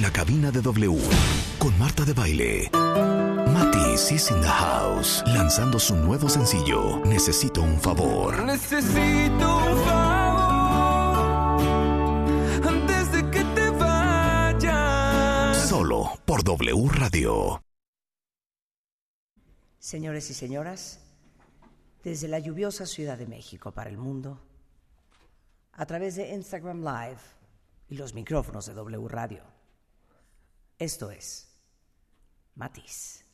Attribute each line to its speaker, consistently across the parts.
Speaker 1: la cabina de W con Marta de Baile. Matis is in the house, lanzando su nuevo sencillo, Necesito un favor.
Speaker 2: Necesito un favor antes de que te vayas.
Speaker 1: Solo por W Radio.
Speaker 3: Señores y señoras, desde la lluviosa Ciudad de México para el mundo, a través de Instagram Live y los micrófonos de W Radio. Esto es Matiz.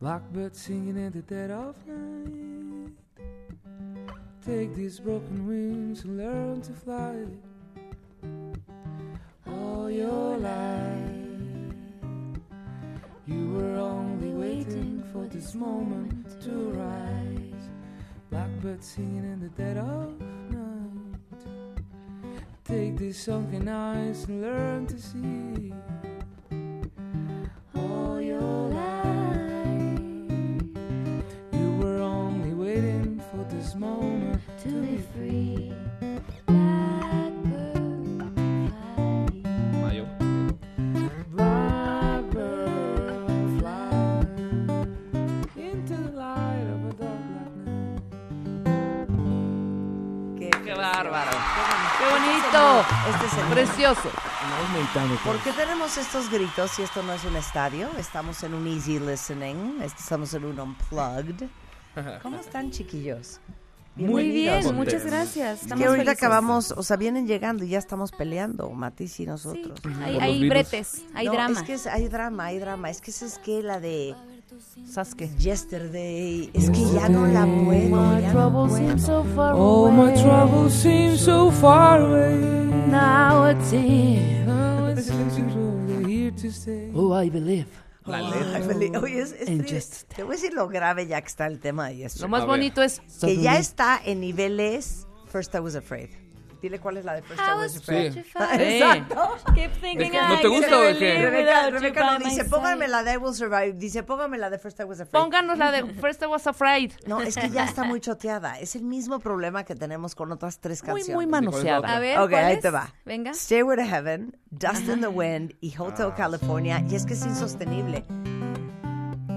Speaker 2: Blackbird singing in the dead of night. Take these broken wings and learn to fly. All your life, you were only waiting for this moment to rise. Blackbird singing in the dead of night. Take these sunken eyes and learn to see. All your life, you were only waiting for this moment
Speaker 4: to be free. Blackbird, fly.
Speaker 5: Mayo.
Speaker 2: Blackbird fly into the light of a dark black night.
Speaker 3: ¡Qué,
Speaker 6: bárbaro!
Speaker 3: ¡Qué Este es el-
Speaker 6: Precioso.
Speaker 3: ¿Por qué tenemos estos gritos si esto no es un estadio? Estamos en un easy listening, estamos en un unplugged. ¿Cómo están, chiquillos?
Speaker 4: Muy bien,
Speaker 3: Bienvenidos.
Speaker 4: muchas gracias.
Speaker 3: Es
Speaker 4: Estamos
Speaker 3: que ahorita
Speaker 4: felices.
Speaker 3: acabamos, o sea, vienen llegando y ya estamos peleando, Matiz y
Speaker 4: Sí,
Speaker 3: nosotros.
Speaker 4: hay,
Speaker 5: los
Speaker 4: hay
Speaker 5: virus.
Speaker 4: bretes, hay
Speaker 3: No,
Speaker 4: drama.
Speaker 3: Es que es- hay drama, hay drama. Es que esa es que la de. ¿Sabes qué? Yesterday. Es que ya no la puedo. ya no
Speaker 4: Trouble
Speaker 3: puedo.
Speaker 4: seems so far
Speaker 2: Oh, my
Speaker 4: away.
Speaker 2: troubles seem so far away.
Speaker 4: Now it's here.
Speaker 2: Now it seems as though they're here to stay.
Speaker 3: Uh,
Speaker 6: Oh, I believe.
Speaker 5: La
Speaker 3: Ay,
Speaker 5: letra.
Speaker 3: Feli- Oye, es, es
Speaker 6: And
Speaker 3: triste.
Speaker 6: just-
Speaker 3: Te voy a decir lo grave ya que está el tema de Yesterday.
Speaker 6: Lo más
Speaker 5: A ver.
Speaker 6: bonito es
Speaker 3: que ya está en niveles First I Was Afraid. Dile cuál es la de First I,
Speaker 4: I
Speaker 3: Was
Speaker 4: was
Speaker 3: Afraid.
Speaker 4: petrified.
Speaker 3: Exacto.
Speaker 4: Keep thinking
Speaker 5: ¿no
Speaker 4: I
Speaker 5: te
Speaker 4: could
Speaker 5: gusta o de qué?
Speaker 4: live
Speaker 3: Rebeca,
Speaker 4: without you
Speaker 3: Rebeca
Speaker 4: by
Speaker 3: no
Speaker 4: my
Speaker 3: dice,
Speaker 4: side.
Speaker 3: pónganme la de I Will Survive. Dice, pónganme la de First I Was Afraid.
Speaker 6: Pónganos la de First I Was Afraid.
Speaker 3: No, es que ya está muy choteada. Es el mismo problema que tenemos con otras tres
Speaker 6: Muy,
Speaker 3: canciones.
Speaker 6: muy manoseada.
Speaker 4: A ver,
Speaker 3: ok,
Speaker 4: ¿cuál
Speaker 3: ahí
Speaker 4: es?
Speaker 3: te va.
Speaker 4: Venga.
Speaker 3: Stairway to Heaven, Dust in the Wind y Hotel California. Y es que es insostenible.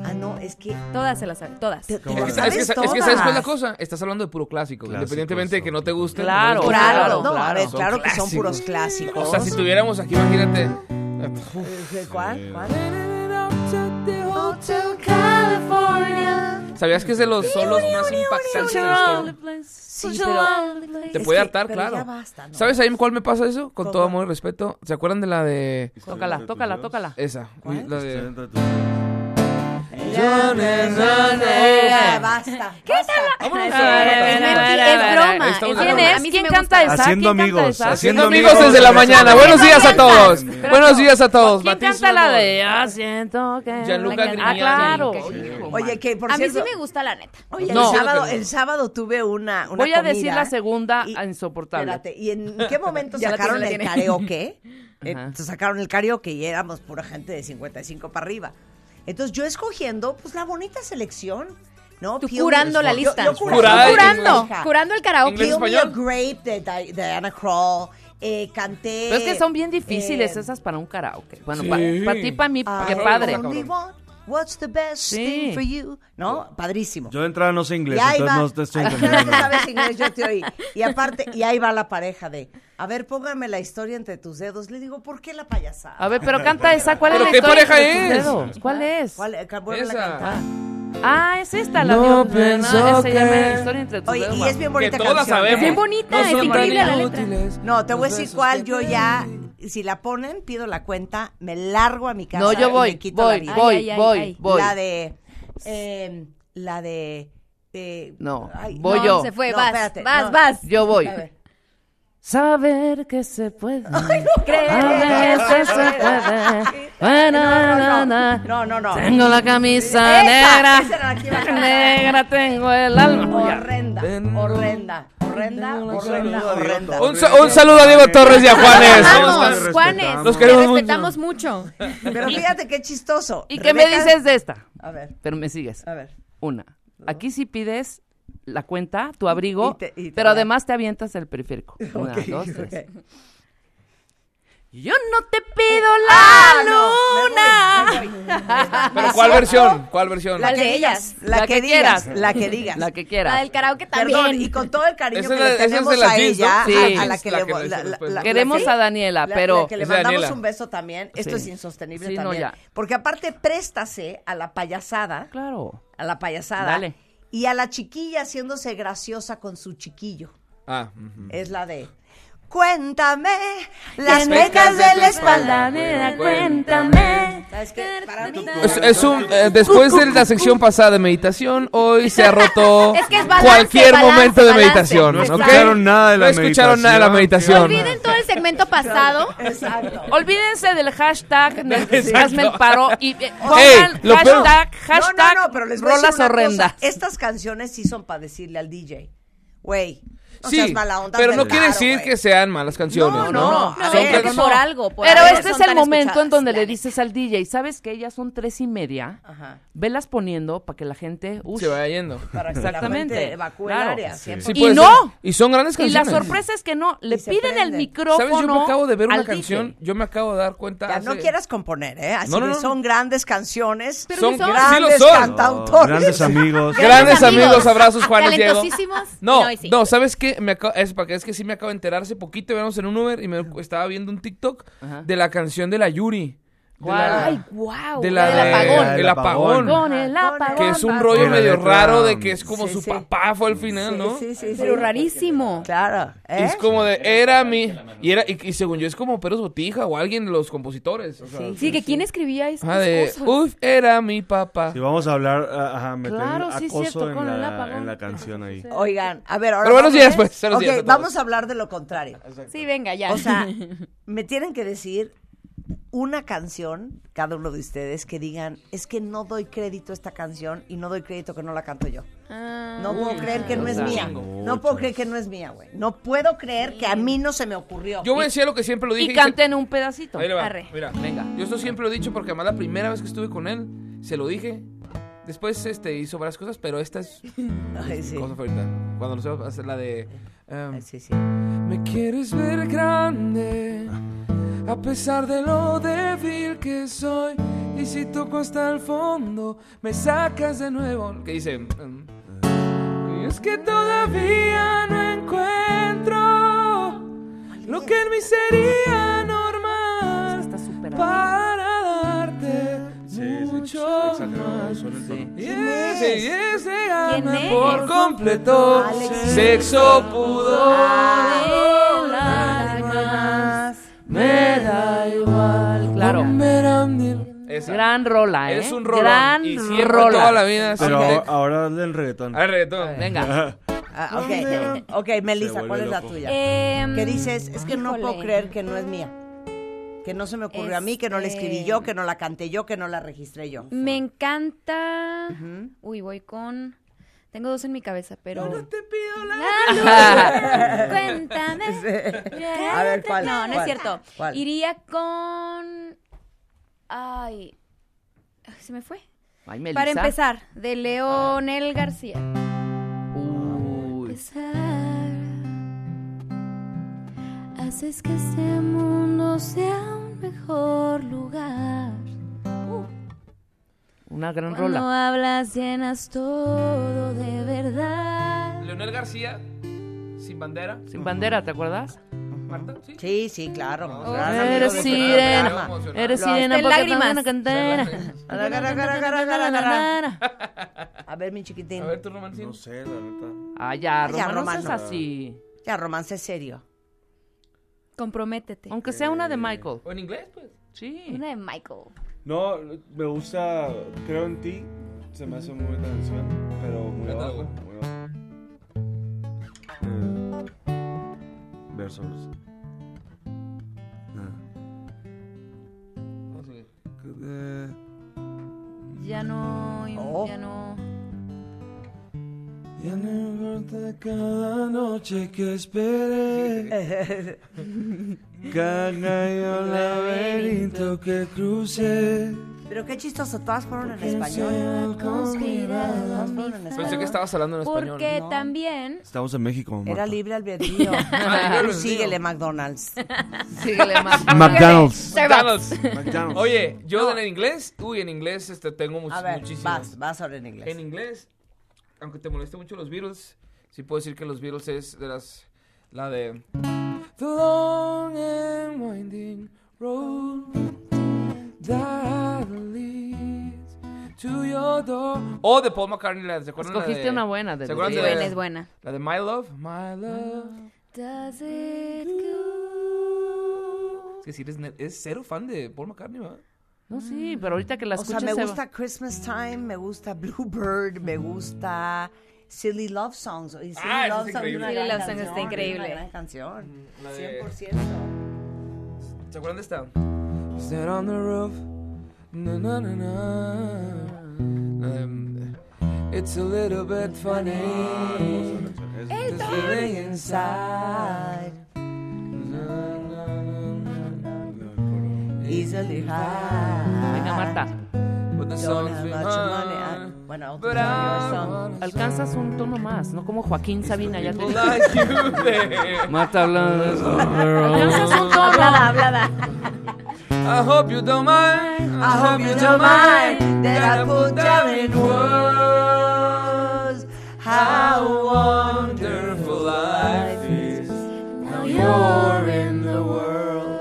Speaker 3: Ah, no, es que
Speaker 4: Todas se las saben, todas.
Speaker 3: te, te
Speaker 5: Es
Speaker 3: las
Speaker 5: que,
Speaker 3: sabes
Speaker 5: es, que, es que sabes cuál es la
Speaker 3: todas.
Speaker 5: cosa. Estás hablando de puro clásico.
Speaker 7: Clásicos,
Speaker 5: independientemente de que no te guste.
Speaker 6: Claro,
Speaker 5: no les guste.
Speaker 3: Claro,
Speaker 6: Claro,
Speaker 3: no, a
Speaker 6: claro,
Speaker 3: ver,
Speaker 5: son
Speaker 3: claro que son
Speaker 5: clásicos.
Speaker 3: puros clásicos.
Speaker 5: O sea, si tuviéramos aquí, imagínate.
Speaker 3: Eh, ¿Cuál? ¿Cuál?
Speaker 5: ¿Sabías que es de los solos más impactantes? de la historia?
Speaker 3: Sí,
Speaker 4: Pues
Speaker 3: pero
Speaker 5: Te
Speaker 3: Es
Speaker 5: puede
Speaker 3: que-
Speaker 5: hartar,
Speaker 3: pero
Speaker 5: claro.
Speaker 3: ya basta, ¿no?
Speaker 5: ¿Sabes a mí cuál me pasa eso? Con
Speaker 3: ¿Cómo?
Speaker 5: todo amor y respeto. ¿Se acuerdan de la de.
Speaker 6: Tócala, tócala, tócala.
Speaker 4: Eh,
Speaker 5: Esa?
Speaker 3: ¿Cuál?
Speaker 5: La de.
Speaker 3: Ya, basta. ¿Qué
Speaker 5: Vámonos.
Speaker 4: Es mentira, es broma.
Speaker 5: Ahí estamos
Speaker 4: es
Speaker 6: ¿Quién
Speaker 4: broma.
Speaker 5: de Ah,
Speaker 6: Ah, es?
Speaker 4: A mí sí
Speaker 6: ¿Quién
Speaker 4: me gusta.
Speaker 6: canta esa?
Speaker 7: Haciendo
Speaker 6: ¿Quién canta
Speaker 7: amigos,
Speaker 6: esa?
Speaker 7: haciendo-
Speaker 5: Haciendo amigos desde la mañana. Buenos días a todos. Buenos días a todos.
Speaker 6: ¿Quién
Speaker 5: Matiz
Speaker 6: canta la
Speaker 5: Romo.
Speaker 6: de Ah, siento que...
Speaker 5: Gianluca
Speaker 6: Ah,
Speaker 5: Grignani.
Speaker 6: claro.
Speaker 3: Oye, que por
Speaker 4: A mí sí
Speaker 3: cierto,
Speaker 4: me gusta, la neta.
Speaker 3: oye, el,
Speaker 5: No.
Speaker 3: sábado,
Speaker 5: Creo que no.
Speaker 3: el sábado tuve una, una
Speaker 6: Voy a decir
Speaker 3: comida.
Speaker 6: la segunda
Speaker 3: y-
Speaker 6: a insoportable.
Speaker 3: Espérate, ¿y en qué momento
Speaker 4: Ya la
Speaker 3: sacaron
Speaker 4: tiene, la
Speaker 3: el
Speaker 4: tiene.
Speaker 3: karaoke? Eh,
Speaker 6: Ajá.
Speaker 3: sacaron el karaoke y éramos pura gente de 55 para arriba. Entonces yo escogiendo, pues la bonita selección, ¿no?
Speaker 4: Tú
Speaker 3: Peel me-
Speaker 4: curando la
Speaker 3: yo-
Speaker 4: lista.
Speaker 3: Yo,
Speaker 4: Tú
Speaker 3: curando.
Speaker 5: Curar-
Speaker 4: curando,
Speaker 3: Hija.
Speaker 4: curando el karaoke.
Speaker 5: Inglés,
Speaker 3: Peel me a
Speaker 5: español.
Speaker 3: grape de Di- Diana Krall. eh, canté.
Speaker 6: Pero es que son bien difíciles
Speaker 3: eh,
Speaker 6: esas para un karaoke. Bueno,
Speaker 5: Sí.
Speaker 6: para ti, para mí,
Speaker 4: Ah,
Speaker 3: I
Speaker 6: qué padre.
Speaker 3: only
Speaker 5: cabrón.
Speaker 3: want What's the best
Speaker 6: Sí.
Speaker 3: thing for you? ¿No? Padrísimo.
Speaker 7: Yo de entrada no sé inglés,
Speaker 3: y ahí
Speaker 7: entonces
Speaker 3: va.
Speaker 7: no te estoy
Speaker 3: Ay,
Speaker 7: entendiendo.
Speaker 3: no sabes inglés, yo te oí. Y aparte, y ahí va la pareja de, a ver, póngame la historia entre tus dedos. Le digo, ¿por qué la payasada?
Speaker 6: A ver, pero canta esa. ¿Cuál
Speaker 5: ¿Pero
Speaker 6: es la
Speaker 5: qué
Speaker 6: historia
Speaker 5: pareja
Speaker 6: entre tus
Speaker 5: es?
Speaker 6: dedos? ¿Cuál es?
Speaker 3: ¿Cuál? Eh, vuélvela a
Speaker 5: Esa.
Speaker 3: cantar.
Speaker 6: Ah, es esta la de
Speaker 2: No
Speaker 6: Esa
Speaker 2: pensó
Speaker 6: se llama
Speaker 2: que-
Speaker 6: Historia entre tus
Speaker 3: Oye,
Speaker 6: dedos.
Speaker 3: y es bien bonita
Speaker 5: Que todas
Speaker 3: canción,
Speaker 5: sabemos.
Speaker 3: ¿eh?
Speaker 4: Bien bonita,
Speaker 5: No
Speaker 4: es
Speaker 5: son
Speaker 4: increíble la letra.
Speaker 5: inútiles.
Speaker 3: No, te voy a
Speaker 5: Los
Speaker 3: decir
Speaker 5: besos
Speaker 3: cuál.
Speaker 5: que
Speaker 3: Yo
Speaker 5: te-
Speaker 3: ya, si la ponen, pido la cuenta, me largo a mi casa.
Speaker 6: No, yo
Speaker 3: y
Speaker 6: voy,
Speaker 3: me quito la
Speaker 6: voy,
Speaker 3: vida.
Speaker 6: voy,
Speaker 4: Ay, ay,
Speaker 6: voy,
Speaker 4: ay.
Speaker 6: voy.
Speaker 3: La de, eh, la de, eh,
Speaker 6: No,
Speaker 3: ay,
Speaker 6: voy
Speaker 4: no,
Speaker 6: yo.
Speaker 4: se fue,
Speaker 3: No,
Speaker 4: vas,
Speaker 3: espérate,
Speaker 4: vas,
Speaker 3: no.
Speaker 4: vas.
Speaker 6: Yo voy.
Speaker 3: A ver.
Speaker 6: Saber que se puede.
Speaker 4: Creer.
Speaker 6: A veces se puede. Bueno,
Speaker 3: No, no,
Speaker 6: na, na.
Speaker 3: no, no, no.
Speaker 6: Tengo la camisa
Speaker 3: Esa,
Speaker 6: negra.
Speaker 3: esa era la que iba a cantar.
Speaker 6: negra tengo el alma.
Speaker 3: Horrenda, horrenda, horrenda, horrenda, horrenda.
Speaker 5: Un, sa- un saludo a Diego Torres y a Juanes. ¿Cómo
Speaker 4: Vamos,
Speaker 5: están?
Speaker 4: Juanes,
Speaker 5: Los
Speaker 4: te
Speaker 5: queremos mucho.
Speaker 4: respetamos mucho.
Speaker 3: Pero fíjate qué chistoso.
Speaker 6: ¿Y qué me
Speaker 3: Rebeca- Ah.
Speaker 6: dices de esta?
Speaker 3: A ver,
Speaker 6: Pero me sigues.
Speaker 3: a ver.
Speaker 6: Una. Aquí si pides la cuenta, tu abrigo,
Speaker 3: Y te- y te
Speaker 6: pero
Speaker 3: da.
Speaker 6: además te avientas el periférico. Una,
Speaker 3: Ok,
Speaker 6: dos, tres.
Speaker 2: Pues.
Speaker 3: ok.
Speaker 6: Yo no te pido la
Speaker 3: Ah,
Speaker 6: luna.
Speaker 3: no, me voy, me voy.
Speaker 2: Pero ¿cuál versión? ¿Cuál versión?
Speaker 4: La-
Speaker 3: que
Speaker 4: de
Speaker 3: digas,
Speaker 4: ellas?
Speaker 3: La,
Speaker 6: La
Speaker 3: que,
Speaker 6: que
Speaker 3: digas,
Speaker 6: quieras.
Speaker 3: Ah, la que digas.
Speaker 6: La que
Speaker 4: La
Speaker 6: quieras.
Speaker 4: del karaoke también.
Speaker 3: Perdón, y con todo el cariño
Speaker 2: Esa
Speaker 3: que
Speaker 2: es la-
Speaker 3: le
Speaker 2: esa es de
Speaker 3: tenemos
Speaker 2: las
Speaker 3: a
Speaker 2: jeans, ¿no?
Speaker 3: ella,
Speaker 6: Sí.
Speaker 3: a- a,
Speaker 6: Es
Speaker 3: la que
Speaker 2: la
Speaker 3: le
Speaker 2: que le
Speaker 3: la-
Speaker 2: hizo
Speaker 3: la-
Speaker 2: después.
Speaker 3: la-
Speaker 6: Queremos
Speaker 3: sí,
Speaker 6: a Daniela,
Speaker 3: la-
Speaker 6: pero
Speaker 3: la que le
Speaker 2: Es de
Speaker 3: mandamos
Speaker 2: Daniela.
Speaker 3: un beso también. Esto
Speaker 6: Sí.
Speaker 3: es insostenible
Speaker 6: Sí, no,
Speaker 3: también.
Speaker 6: ya.
Speaker 3: Porque aparte préstase a la payasada,
Speaker 6: claro.
Speaker 3: a la payasada
Speaker 6: Dale.
Speaker 3: y a la chiquilla haciéndose graciosa con su chiquillo.
Speaker 5: mm.
Speaker 2: Ah, ujú.
Speaker 3: Es la de Cuéntame las
Speaker 2: pecas
Speaker 3: pecas de la espalda.
Speaker 2: nena,
Speaker 6: cuéntame.
Speaker 3: ¿Sabes qué? Para mí
Speaker 2: Es, es un eh, después de la sección pasada de meditación, hoy se ha roto
Speaker 4: Es que es balance,
Speaker 2: cualquier
Speaker 4: balance,
Speaker 2: momento de
Speaker 4: balance.
Speaker 2: meditación.
Speaker 4: No
Speaker 2: ¿ok?
Speaker 5: escucharon nada de la
Speaker 2: No escucharon nada de la meditación.
Speaker 4: Olviden todo el segmento pasado.
Speaker 3: Exacto.
Speaker 6: Olvídense del hashtag de-
Speaker 2: Exacto.
Speaker 6: hazme el paro y eh,
Speaker 2: Ey,
Speaker 6: pongan
Speaker 2: lo peor-
Speaker 6: hashtag, hashtag
Speaker 3: no, no, no, pero les voy a decir
Speaker 6: rolas
Speaker 3: una cosa.
Speaker 6: horrendas.
Speaker 3: Estas canciones sí son para decirle al DJ, güey, no seas
Speaker 2: Sí,
Speaker 3: mala onda.
Speaker 2: pero no
Speaker 3: del
Speaker 2: quiere
Speaker 3: raro,
Speaker 2: decir
Speaker 3: güey".
Speaker 2: que sean malas canciones, ¿no?
Speaker 3: No, no,
Speaker 4: A
Speaker 3: Son
Speaker 4: ver, es que
Speaker 2: canciones-
Speaker 4: por algo. por
Speaker 6: Pero
Speaker 4: algo
Speaker 6: este es
Speaker 4: son
Speaker 6: el
Speaker 4: tan
Speaker 6: momento en
Speaker 4: escuchadas.
Speaker 6: donde le
Speaker 4: La-
Speaker 6: dices al DJ, ¿sabes que ellas son tres y media?
Speaker 3: Ajá.
Speaker 6: Velas poniendo para que la gente... ush,
Speaker 2: se vaya yendo.
Speaker 3: Para que
Speaker 6: Exactamente,
Speaker 3: la gente evacúe el
Speaker 6: claro.
Speaker 3: área.
Speaker 5: Sí.
Speaker 3: 100%.
Speaker 2: Sí
Speaker 6: Y
Speaker 2: puede
Speaker 6: no.
Speaker 2: ser. Y son grandes
Speaker 6: y
Speaker 2: canciones.
Speaker 6: la sorpresa es que no, le
Speaker 3: Y se
Speaker 6: piden el
Speaker 3: prenden.
Speaker 6: micrófono
Speaker 2: ¿Sabes? Yo me acabo de ver una
Speaker 6: al DJ.
Speaker 2: canción. Yo me acabo de dar cuenta.
Speaker 3: Ya, no
Speaker 2: hace-
Speaker 3: quieras componer, ¿eh? Así
Speaker 2: No, no,
Speaker 3: de,
Speaker 2: no.
Speaker 3: son grandes canciones,
Speaker 4: Pero
Speaker 2: Son-
Speaker 4: sí son.
Speaker 2: sí lo
Speaker 3: grandes
Speaker 2: son.
Speaker 5: Oh,
Speaker 3: cantautores.
Speaker 5: grandes amigos.
Speaker 2: Pues Grandes amigos, abrazos, Juan y Diego.
Speaker 4: Talentosísimos.
Speaker 2: No,
Speaker 4: y sí.
Speaker 2: no, ¿sabes qué? Me acabo- es, para que, es que sí me acabo de enterar hace poquito, íbamos en un Uber y me estaba viendo un TikTok
Speaker 6: Ajá.
Speaker 2: de la canción de la Yuri. De
Speaker 6: ¿Cuál?
Speaker 2: la-
Speaker 6: Ay,
Speaker 4: Wow.
Speaker 2: de la,
Speaker 4: Ah, del
Speaker 2: de-
Speaker 4: apagón.
Speaker 2: del
Speaker 5: Del
Speaker 2: apagón.
Speaker 5: apagón.
Speaker 6: Con el apagón.
Speaker 2: Que es un
Speaker 6: va-
Speaker 2: rollo
Speaker 5: Que la
Speaker 2: medio
Speaker 5: letra-
Speaker 2: raro de que es como
Speaker 3: Sí,
Speaker 2: su
Speaker 3: sí.
Speaker 2: papá fue al final, ¿no?
Speaker 3: Sí, sí, sí.
Speaker 4: Pero
Speaker 3: sí.
Speaker 4: rarísimo.
Speaker 3: Claro.
Speaker 2: Y
Speaker 3: ¿eh?
Speaker 2: es como de, era mi... Y, era, y, y según yo es como Pedro Botija o alguien de los compositores. o sea.
Speaker 4: Sí, que quién escribía estas
Speaker 2: Ajá, Ah, de,
Speaker 4: cosas.
Speaker 2: uff, era mi papá.
Speaker 5: Si vamos a hablar, a- ajá, meter
Speaker 6: Claro, sí,
Speaker 5: acoso
Speaker 6: cierto,
Speaker 5: en,
Speaker 6: con el
Speaker 5: la,
Speaker 6: apagón.
Speaker 5: en la canción ahí.
Speaker 3: Oigan, a ver, ahora.
Speaker 2: Pero buenos
Speaker 3: vamos-
Speaker 2: días, pues, buenos
Speaker 3: Ok,
Speaker 2: días a todos.
Speaker 3: vamos a hablar de lo contrario.
Speaker 4: Sí, venga, ya.
Speaker 3: O sea, me tienen que decir una canción, cada uno de ustedes, que digan, es que no doy crédito a esta canción y no doy crédito que no la canto yo.
Speaker 4: Ah.
Speaker 3: No puedo creer que no es mía. No puedo
Speaker 5: Muchas.
Speaker 3: creer que no es mía, güey. No puedo creer que a mí no se me ocurrió.
Speaker 2: Yo voy a decir lo que siempre lo dije.
Speaker 6: Y
Speaker 2: se-
Speaker 6: canten un pedacito.
Speaker 2: Ahí le va.
Speaker 4: Arre.
Speaker 2: Mira,
Speaker 6: Venga.
Speaker 2: yo esto siempre lo he dicho porque además la primera vez que estuve con él, se lo dije. Después este, hizo varias cosas, pero esta es mi
Speaker 3: Ay, sí.
Speaker 2: cosa favorita. Cuando lo sepa hacer la de... em,
Speaker 3: Ay, sí, sí.
Speaker 2: Me quieres ver grande, a pesar de lo débil que soy. Y si toco hasta el fondo, me sacas de nuevo. ¿Qué dice? em, y es que todavía no encuentro lo que en mí sería normal
Speaker 6: Está súper
Speaker 2: para darte mucho más. Y ese, y ese gana
Speaker 4: ¿Quién es?
Speaker 2: por completo
Speaker 3: Alexis.
Speaker 2: sexo pudor.
Speaker 6: Me da igual. Claro.
Speaker 2: Esa.
Speaker 6: Gran rola, ¿eh?
Speaker 2: Es un rolón.
Speaker 6: Gran
Speaker 2: y siempre
Speaker 6: rola.
Speaker 2: toda la vida.
Speaker 5: Pero ah,
Speaker 2: siempre-
Speaker 5: ahora- ahora hazle el reggaetón.
Speaker 2: A ver, reggaetón.
Speaker 6: Venga.
Speaker 3: Ah, ok, ok, Melissa,
Speaker 5: vuelve
Speaker 3: ¿cuál es la
Speaker 5: loco.
Speaker 3: tuya?
Speaker 4: Em,
Speaker 3: que dices, es que no puedo
Speaker 4: híjole.
Speaker 3: creer que no es mía. Que no se me ocurrió a mí, que no la escribí
Speaker 4: Este-
Speaker 3: yo, que no la canté yo, que no la registré yo.
Speaker 4: Me encanta. Uy, voy con. Tengo dos en mi cabeza, pero.
Speaker 2: Te pido la-
Speaker 4: La luz, Cuéntame.
Speaker 3: A ver, ¿cuál?
Speaker 4: No, no es
Speaker 3: ¿Cuál?
Speaker 4: cierto.
Speaker 3: ¿Cuál?
Speaker 4: Iría con. Ay. ay, Se me fue.
Speaker 6: Ay, Melissa.
Speaker 4: Para empezar, de
Speaker 3: Ah.
Speaker 4: Leonel García.
Speaker 6: Uy.
Speaker 4: Empezar. Haces que este mundo sea un mejor lugar.
Speaker 6: Una gran
Speaker 4: Cuando
Speaker 6: rola.
Speaker 4: hablas llenas todo de verdad.
Speaker 2: Leonel García, sin bandera.
Speaker 6: Sin bandera, ¿te acuerdas?
Speaker 2: Marta, ¿sí?
Speaker 3: Sí, sí, claro.
Speaker 2: No,
Speaker 3: gran
Speaker 2: no,
Speaker 3: amigo
Speaker 6: Eres
Speaker 3: de
Speaker 2: no,
Speaker 3: este
Speaker 6: sirena.
Speaker 2: no,
Speaker 3: programa.
Speaker 2: no, no, no.
Speaker 6: Eres
Speaker 4: Lo-
Speaker 6: sirena
Speaker 4: Hasta
Speaker 6: porque
Speaker 4: lágrimas.
Speaker 6: no cantera.
Speaker 3: Gara, gara, gara, gara, gara, gara. A ver, mi chiquitín.
Speaker 2: A ver, tu romancín.
Speaker 5: No sé, la neta.
Speaker 6: Ah, ya,
Speaker 3: ya,
Speaker 6: Román, no
Speaker 3: Román,
Speaker 6: seas
Speaker 3: no.
Speaker 6: así.
Speaker 3: Ya, romance serio.
Speaker 4: Comprométete.
Speaker 6: Aunque sea una de Michael.
Speaker 2: O en inglés, pues.
Speaker 6: Sí.
Speaker 4: Una de Michael.
Speaker 5: No, me gusta Creo en ti. Se me hace muy buena canción, pero muy
Speaker 2: Cántala,
Speaker 5: abajo.
Speaker 2: güey.
Speaker 5: muy abajo. Eh, versos. Ah.
Speaker 2: Vamos a ver.
Speaker 5: Eh,
Speaker 4: Ya no.
Speaker 3: Oh.
Speaker 4: Ya no.
Speaker 5: Ya no importa cada noche que esperé. Cada laberinto que crucé.
Speaker 3: Pero qué chistoso, todas fueron en español.
Speaker 8: Será conspirado a mi
Speaker 3: Fueron en español.
Speaker 2: Pensé que estabas hablando en español.
Speaker 8: Porque también
Speaker 9: Estamos en México, mamá.
Speaker 3: Era libre
Speaker 2: libre
Speaker 3: albedrío. Tú
Speaker 2: albedrío.
Speaker 3: síguele, McDonald's.
Speaker 2: Pues
Speaker 4: síguele más.
Speaker 9: McDonald's.
Speaker 4: Starbucks.
Speaker 9: McDonald's.
Speaker 2: Oye, yo en inglés, uy, en inglés este, tengo much-
Speaker 3: A ver,
Speaker 2: muchísimas.
Speaker 3: vas, vas ahora en inglés.
Speaker 2: En inglés, aunque te moleste mucho los Beatles, sí puedo decir que los Beatles es de las. La de. The long and winding road that leads to your door. O de Paul McCartney, ¿la- ¿se acuerdan? la
Speaker 6: Escogiste
Speaker 2: de,
Speaker 6: una buena de
Speaker 2: ¿Se
Speaker 6: los
Speaker 2: acuerdan
Speaker 6: Beatles.
Speaker 4: Buena, es buena.
Speaker 2: La de My Love. My Love.
Speaker 8: Does it go?
Speaker 2: Es que si eres, ne- es cero fan de Paul McCartney, ¿verdad?
Speaker 6: No, sí, pero ahorita que la
Speaker 3: O sea,
Speaker 6: escuchas
Speaker 3: me
Speaker 6: se va-
Speaker 3: gusta Christmas Time, me gusta Bluebird, me gusta Silly Love Songs. Y Silly
Speaker 2: Mm. Ah, eso
Speaker 3: Love
Speaker 2: es
Speaker 3: Songs es
Speaker 2: increíble.
Speaker 8: Silly
Speaker 2: Mm,
Speaker 3: una gran
Speaker 8: Love Songs
Speaker 3: canción,
Speaker 8: está increíble.
Speaker 3: Es una gran canción.
Speaker 2: La de-
Speaker 3: 100%.
Speaker 2: ¿Se acuerdan de esta? Stand on the roof. Na, na, na, na. Um, it's a little bit funny. This feeling inside. Na, na, na, na.
Speaker 3: Easily
Speaker 6: Venga,
Speaker 3: high.
Speaker 6: Marta,
Speaker 2: But the
Speaker 3: Don't
Speaker 2: song's
Speaker 3: have
Speaker 2: been
Speaker 3: much
Speaker 2: on.
Speaker 3: money. I- ah, Bueno, I'll
Speaker 2: But
Speaker 3: do your song.
Speaker 2: I
Speaker 6: alcanzas un tono más, no como Joaquín Sabina. Ya te...
Speaker 2: wanna like you there.
Speaker 6: Marta
Speaker 8: Alcanzas un tono. Hablada, hablada.
Speaker 2: I hope you don't mind.
Speaker 3: I hope you don't mind that I put down in words how
Speaker 2: wonderful life is. Now you're in the world.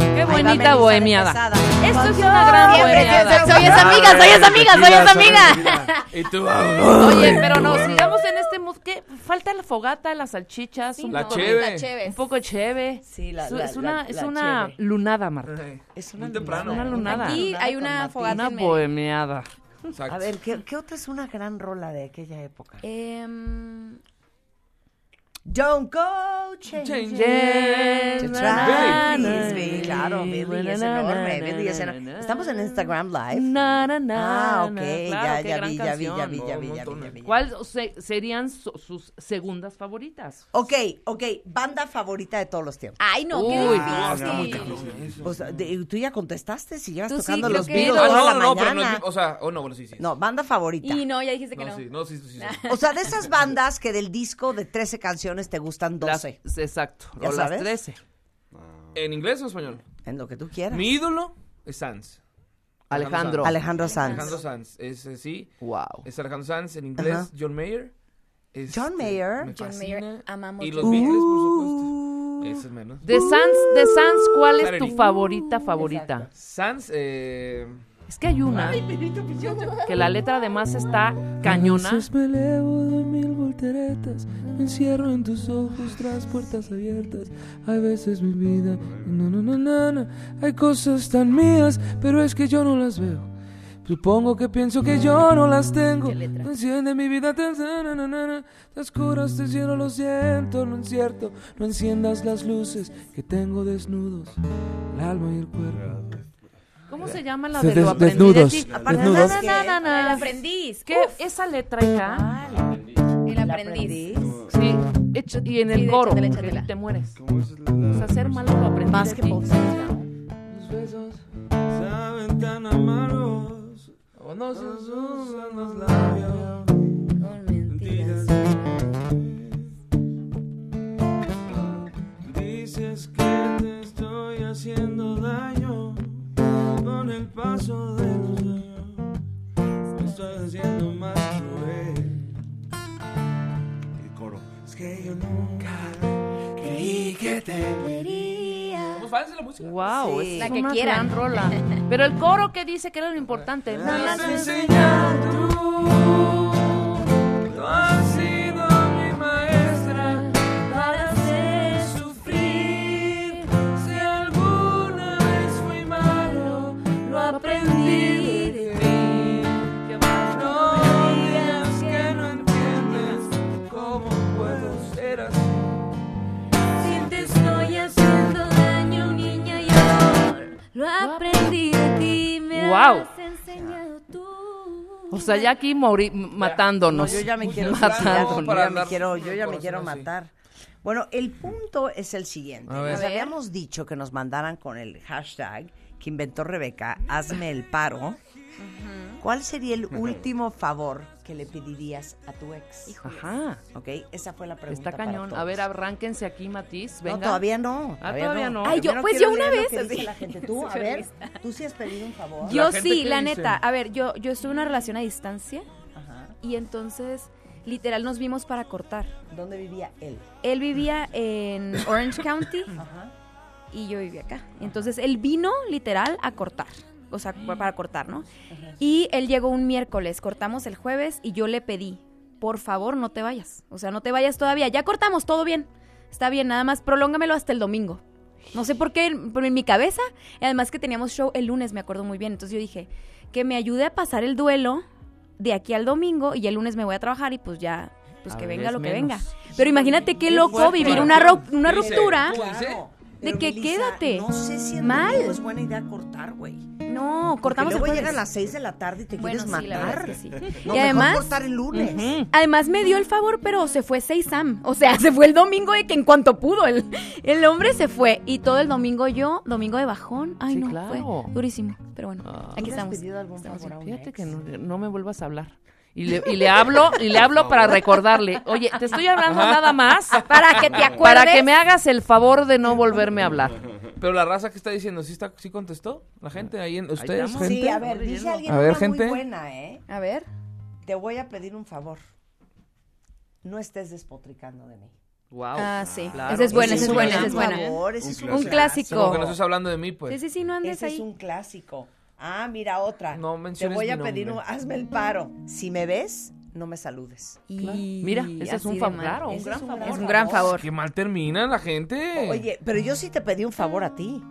Speaker 6: Qué
Speaker 3: Ahí va
Speaker 6: bonita
Speaker 3: Melissa
Speaker 6: bohemiada.
Speaker 3: de pesada.
Speaker 6: Esto es una gran
Speaker 4: Siempre
Speaker 6: bohemiada.
Speaker 4: soy- soy esa amiga, soy esa amiga, soy esa amiga.
Speaker 2: Y tú, ah,
Speaker 6: Oye, pero no, sigamos en este mood. ¿Qué? Falta la fogata, las salchichas, un,
Speaker 2: La
Speaker 6: poco,
Speaker 2: cheve.
Speaker 4: La cheve.
Speaker 6: un poco cheve.
Speaker 3: Sí, la-
Speaker 6: es,
Speaker 3: la-
Speaker 6: es una,
Speaker 3: la-
Speaker 6: es
Speaker 3: la
Speaker 6: una
Speaker 3: cheve.
Speaker 6: lunada, Marta.
Speaker 3: Es
Speaker 2: Muy temprano.
Speaker 6: Una lunada.
Speaker 4: Aquí hay
Speaker 3: con
Speaker 4: una
Speaker 3: matiz.
Speaker 4: fogata
Speaker 6: Una
Speaker 4: en medio.
Speaker 6: bohemiada.
Speaker 2: Exacto.
Speaker 3: A ver, ¿qué, qué otra es una gran rola de aquella época?
Speaker 6: Eh,
Speaker 4: Em,
Speaker 3: Don't go changing.
Speaker 6: Yes,
Speaker 3: to
Speaker 6: na,
Speaker 3: try
Speaker 6: na,
Speaker 3: this, Billy.
Speaker 6: na,
Speaker 3: Claro,
Speaker 6: na,
Speaker 3: Billy
Speaker 6: na,
Speaker 3: es
Speaker 6: na,
Speaker 3: enorme.
Speaker 6: na,
Speaker 3: Billy es
Speaker 6: na,
Speaker 3: enorme.
Speaker 6: na,
Speaker 3: Estamos en
Speaker 6: na,
Speaker 3: Instagram Live.
Speaker 6: na, na, na,
Speaker 3: Ah, ok,
Speaker 6: na.
Speaker 3: ya,
Speaker 6: Claro, qué
Speaker 3: ya,
Speaker 6: gran
Speaker 3: vi, ya vi, ya vi,
Speaker 6: canción.
Speaker 3: ya
Speaker 2: Oh,
Speaker 3: vi,
Speaker 2: un
Speaker 3: ya vi,
Speaker 2: montón.
Speaker 3: ya vi.
Speaker 6: ¿Cuál se- serían su- sus segundas favoritas?
Speaker 3: Ok, ok, banda favorita de todos los tiempos.
Speaker 4: Ay, no, qué
Speaker 6: Uy,
Speaker 4: difícil.
Speaker 3: O sea, de- tú ya contestaste si llevas
Speaker 4: Tú sí,
Speaker 3: tocando
Speaker 4: creo
Speaker 3: los
Speaker 4: que-
Speaker 3: Beatles
Speaker 2: Ah, No,
Speaker 3: toda
Speaker 2: no,
Speaker 3: la
Speaker 2: no, no, pero no
Speaker 3: mañana.
Speaker 2: es- O sea, oh, no, bueno, sí, sí.
Speaker 3: No, banda favorita.
Speaker 4: Y no, ya dijiste que
Speaker 2: No,
Speaker 4: no.
Speaker 2: sí, no, sí, sí, sí.
Speaker 3: O sea, de esas bandas que del disco de 13 canciones te gustan 12.
Speaker 6: Las- exacto.
Speaker 3: ¿Ya
Speaker 6: o las
Speaker 3: sabes?
Speaker 6: 13.
Speaker 2: ¿En inglés o español?
Speaker 3: En lo que tú quieras.
Speaker 2: Mi ídolo es Sanz.
Speaker 6: Alejandro.
Speaker 3: Alejandro Sanz.
Speaker 2: Alejandro Sanz. Es así.
Speaker 6: Wow.
Speaker 2: Es Alejandro Sanz. En inglés,
Speaker 3: Ajá.
Speaker 2: John Mayer. Este,
Speaker 3: John Mayer.
Speaker 2: me
Speaker 4: John
Speaker 2: fascina.
Speaker 4: Mayer, amamos
Speaker 2: Y
Speaker 4: John
Speaker 2: los
Speaker 4: Mayer.
Speaker 2: Beatles, por supuesto. Ese es menos.
Speaker 6: De Sans, de Sans, ¿cuál es tu
Speaker 2: Saturday.
Speaker 6: favorita favorita?
Speaker 2: Sanz, eh...
Speaker 6: Es que hay una que la letra además está cañona.
Speaker 10: Entonces me elevo de mil volteretas, me encierro en tus ojos tras puertas abiertas. Hay veces mi vida, no, no, no, no, no, hay cosas tan mías, pero es que yo no las veo. Supongo que pienso que yo no las tengo. No enciende mi vida. tan, tan, na, na, na, na. Te oscuras, te cielo, lo siento, no es cierto. No enciendas las luces que tengo desnudos. El alma y el cuerpo.
Speaker 6: ¿Cómo se llama la
Speaker 10: Se
Speaker 6: de lo
Speaker 10: des-
Speaker 6: aprendí
Speaker 10: desnudos,
Speaker 6: de ti?
Speaker 10: Aparte, desnudos.
Speaker 6: Na, na, na, na,
Speaker 4: El
Speaker 6: na.
Speaker 4: aprendiz.
Speaker 6: Que esa letra acá,
Speaker 4: El
Speaker 3: ¿La
Speaker 4: aprendiz. Oh,
Speaker 6: sí, echa- y en
Speaker 4: Sí,
Speaker 6: el
Speaker 4: de-
Speaker 6: coro,
Speaker 4: échatela,
Speaker 6: que
Speaker 4: échatela.
Speaker 6: te mueres.
Speaker 9: ¿Cómo es la-
Speaker 6: O sea, ser malo lo aprendí
Speaker 3: Más
Speaker 6: de
Speaker 3: que
Speaker 6: ti.
Speaker 3: Paul
Speaker 2: Los besos
Speaker 5: Saben tan amargos.
Speaker 2: cuando se
Speaker 5: Susan los labios.
Speaker 4: Con mentiras.
Speaker 5: Dices que te estoy haciendo daño con el paso de los años. Me estoy haciendo más cruel.
Speaker 9: El coro.
Speaker 5: Es que yo nunca creí que te.
Speaker 2: Somos fans de la música.
Speaker 3: Sí.
Speaker 6: Wow, esa es
Speaker 4: La que
Speaker 6: una
Speaker 4: quieran.
Speaker 6: gran rola. Pero el coro que dice que era lo importante. Na, na,
Speaker 5: Has
Speaker 6: na.
Speaker 5: enseñado tú. No has sido mi maestra para hacer sufrir. Si alguna vez fui malo, lo aprendí de ti. No digas que no entiendes cómo puedo ser así.
Speaker 8: Si te estoy haciendo daño, niña, yo lo aprendí de ti. Me
Speaker 6: Guau.
Speaker 8: has enseñado tú.
Speaker 6: O sea, ya aquí morí- matándonos.
Speaker 3: No, yo ya me quiero
Speaker 6: matándonos.
Speaker 2: para
Speaker 3: suicidar, yo ya me
Speaker 2: andar
Speaker 3: quiero, yo ya me
Speaker 2: corazón
Speaker 3: quiero
Speaker 2: así.
Speaker 3: matar. Bueno, el punto es el siguiente.
Speaker 2: A ver.
Speaker 3: Nos
Speaker 4: A ver.
Speaker 3: habíamos dicho que nos mandaran con el hashtag que inventó Rebeca, hazme el paro, ¿Cuál sería el último favor que le pedirías a tu ex?
Speaker 6: Ajá.
Speaker 3: Ok, esa fue la pregunta.
Speaker 6: Está cañón.
Speaker 3: para todos.
Speaker 6: A ver, arránquense aquí, Matiz. Venga.
Speaker 3: No, todavía no.
Speaker 6: Ah, todavía no.
Speaker 4: Ay, yo-
Speaker 3: Primero
Speaker 4: pues
Speaker 3: quiero
Speaker 4: yo una
Speaker 3: leer lo
Speaker 4: vez,
Speaker 3: que dice
Speaker 4: así.
Speaker 3: la gente. Tú, a
Speaker 4: Soy
Speaker 3: ver,
Speaker 4: lista.
Speaker 3: tú sí has pedido un favor.
Speaker 4: Yo
Speaker 2: gente
Speaker 4: sí,
Speaker 2: qué
Speaker 4: la
Speaker 2: dice?
Speaker 4: neta. A ver, yo, yo estuve en una relación a distancia
Speaker 3: Ajá.
Speaker 4: y entonces literal nos vimos para cortar.
Speaker 3: ¿Dónde vivía él?
Speaker 4: Él vivía en Orange County
Speaker 3: Ajá.
Speaker 4: y yo vivía acá. Entonces él vino literal a cortar. O sea, pa- para cortar, ¿no? Y él llegó un miércoles, cortamos el jueves y yo le pedí, por favor, no te vayas. O sea, no te vayas todavía. Ya cortamos, todo bien. Está bien, nada más prolóngamelo hasta el domingo. No sé por qué, en- por en mi cabeza. y Además que teníamos show el lunes, me acuerdo muy bien. Entonces yo dije, que me ayude a pasar el duelo de aquí al domingo y el lunes me voy a trabajar y pues ya, pues
Speaker 6: A
Speaker 4: que
Speaker 6: ver,
Speaker 4: venga
Speaker 6: es
Speaker 4: lo que
Speaker 6: menos.
Speaker 4: venga. Pero imagínate qué loco
Speaker 2: fuerte.
Speaker 4: vivir una, ro- una
Speaker 2: Dice,
Speaker 4: ruptura.
Speaker 2: ¿Cómo dice?
Speaker 4: De
Speaker 3: Pero,
Speaker 4: que
Speaker 3: Melissa,
Speaker 4: quédate.
Speaker 3: No sé si en
Speaker 4: Mal.
Speaker 3: domingo es buena idea cortar, güey.
Speaker 4: No,
Speaker 3: Porque
Speaker 4: cortamos el
Speaker 3: luego
Speaker 4: jueves.
Speaker 3: llegan a las 6 de la tarde y te
Speaker 4: Bueno,
Speaker 3: quieres
Speaker 4: sí, la verdad
Speaker 3: matar.
Speaker 4: es que sí.
Speaker 3: No,
Speaker 4: y además,
Speaker 3: mejor cortar el lunes.
Speaker 4: además me dio el favor, pero se fue seis Sam. O sea, se fue el domingo de que en cuanto pudo. El, el hombre se fue. Y todo el domingo yo, domingo de bajón. Ay,
Speaker 6: Sí,
Speaker 4: no,
Speaker 6: claro.
Speaker 4: fue durísimo. Pero bueno,
Speaker 6: Ah.
Speaker 4: aquí
Speaker 3: ¿Tú le has
Speaker 4: estamos.
Speaker 3: pedido algún
Speaker 4: Estamos
Speaker 3: favor a un
Speaker 6: Fíjate
Speaker 3: ex?
Speaker 6: que no, no me vuelvas a hablar. Y le, y le hablo, y le hablo para recordarle. Oye, te estoy hablando nada más.
Speaker 4: Para que te acuerdes.
Speaker 6: Para que me hagas el favor de no volverme a hablar.
Speaker 2: Pero la raza que está diciendo, ¿sí, está, sí contestó? La gente ahí en. ¿Ustedes?
Speaker 6: estamos.
Speaker 2: gente?
Speaker 3: Sí, a ver, dice alguien
Speaker 2: A ver,
Speaker 3: una
Speaker 2: gente.
Speaker 3: muy buena, ¿eh?
Speaker 4: A ver.
Speaker 3: Te voy a pedir un favor. No estés despotricando de mí.
Speaker 6: Wow.
Speaker 4: Ah, sí.
Speaker 6: Claro.
Speaker 4: Esa es buena, esa
Speaker 6: Ese
Speaker 4: es
Speaker 6: es
Speaker 4: buena,
Speaker 6: un
Speaker 4: esa es
Speaker 3: gran
Speaker 4: buena.
Speaker 3: favor, ese
Speaker 9: Un
Speaker 3: es
Speaker 4: Un clásico.
Speaker 2: Como que no estás hablando de mí, pues.
Speaker 4: Sí, sí, sí, no andes
Speaker 3: Ese
Speaker 4: ahí.
Speaker 3: es un clásico. Ah, mira otra.
Speaker 2: No
Speaker 3: Te
Speaker 2: menciones
Speaker 3: voy a
Speaker 2: mi
Speaker 3: pedir un,
Speaker 2: nombre.
Speaker 3: hazme el paro. Si me ves, no me saludes.
Speaker 4: Y
Speaker 6: Mira, ese es
Speaker 4: así
Speaker 6: un
Speaker 4: de
Speaker 6: favor.
Speaker 4: mal.
Speaker 6: Claro, un
Speaker 3: Ese
Speaker 6: gran
Speaker 3: es un
Speaker 6: favor.
Speaker 4: Es un gran favor.
Speaker 2: Qué mal termina la gente.
Speaker 3: Oye, pero yo sí te pedí un favor a ti.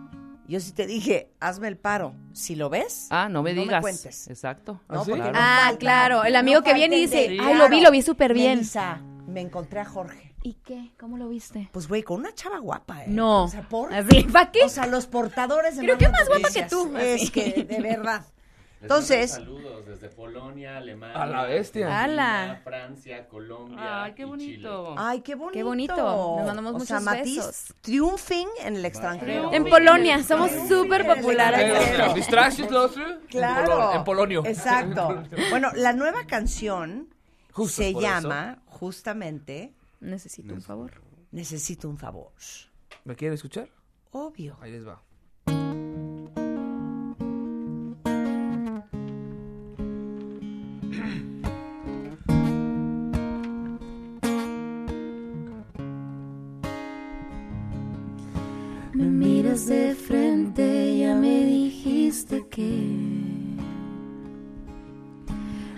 Speaker 3: Yo sí te dije, hazme el paro. Si lo ves,
Speaker 6: Ah, no me digas.
Speaker 3: No me cuentes.
Speaker 6: Exacto.
Speaker 2: ¿Ah, sí?
Speaker 3: porque
Speaker 4: Ah,
Speaker 3: falta.
Speaker 4: claro, el amigo que viene y
Speaker 3: falta el
Speaker 4: dice,
Speaker 3: de-
Speaker 4: "Ay, lo vi, lo vi súper bien".
Speaker 3: Melissa, me encontré a Jorge.
Speaker 4: ¿Y qué? ¿Cómo lo viste?
Speaker 3: Pues, güey, con una chava guapa, ¿eh?
Speaker 4: No.
Speaker 3: O sea, ¿por?
Speaker 4: Así, ¿pa' qué?
Speaker 3: O sea, los portadores de
Speaker 4: Creo que
Speaker 3: malas
Speaker 4: más guapa que
Speaker 3: noticias.
Speaker 4: tú, así.
Speaker 3: Es que, de verdad. Entonces,
Speaker 11: Saludos desde Polonia, Alemania.
Speaker 2: A la bestia.
Speaker 4: ¡Hala!
Speaker 11: Argentina, Francia, Colombia.
Speaker 6: Ay, qué
Speaker 11: y
Speaker 6: bonito.
Speaker 11: Chile.
Speaker 3: ay, qué bonito.
Speaker 4: Qué bonito. Nos mandamos
Speaker 3: o sea,
Speaker 4: muchos
Speaker 3: Matiz,
Speaker 4: besos.
Speaker 3: triunfen en el extranjero.
Speaker 4: En Polonia, somos
Speaker 3: Sí,
Speaker 4: súper
Speaker 3: mira,
Speaker 4: populares.
Speaker 3: claro.
Speaker 2: ¿Distrajes, Lostro?
Speaker 3: Claro.
Speaker 2: En Polonio.
Speaker 3: Exacto. Bueno, la nueva canción
Speaker 2: Justo
Speaker 3: se
Speaker 2: por
Speaker 3: llama justamente
Speaker 4: Necesito un favor.
Speaker 3: Necesito un favor.
Speaker 2: ¿Me quieren escuchar?
Speaker 3: Obvio.
Speaker 2: Ahí les va.
Speaker 8: Me miras de frente, ya me dijiste que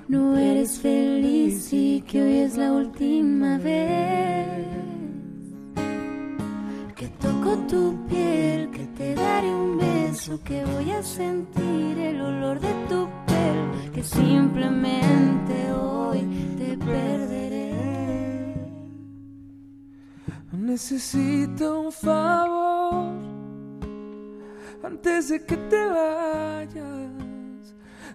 Speaker 8: no eres feliz y que hoy es la última vez que toco tu piel, que te daré un beso, que voy a sentir el olor de tu pelo, que simplemente hoy te perderé.
Speaker 2: Necesito un favor antes de que te vayas.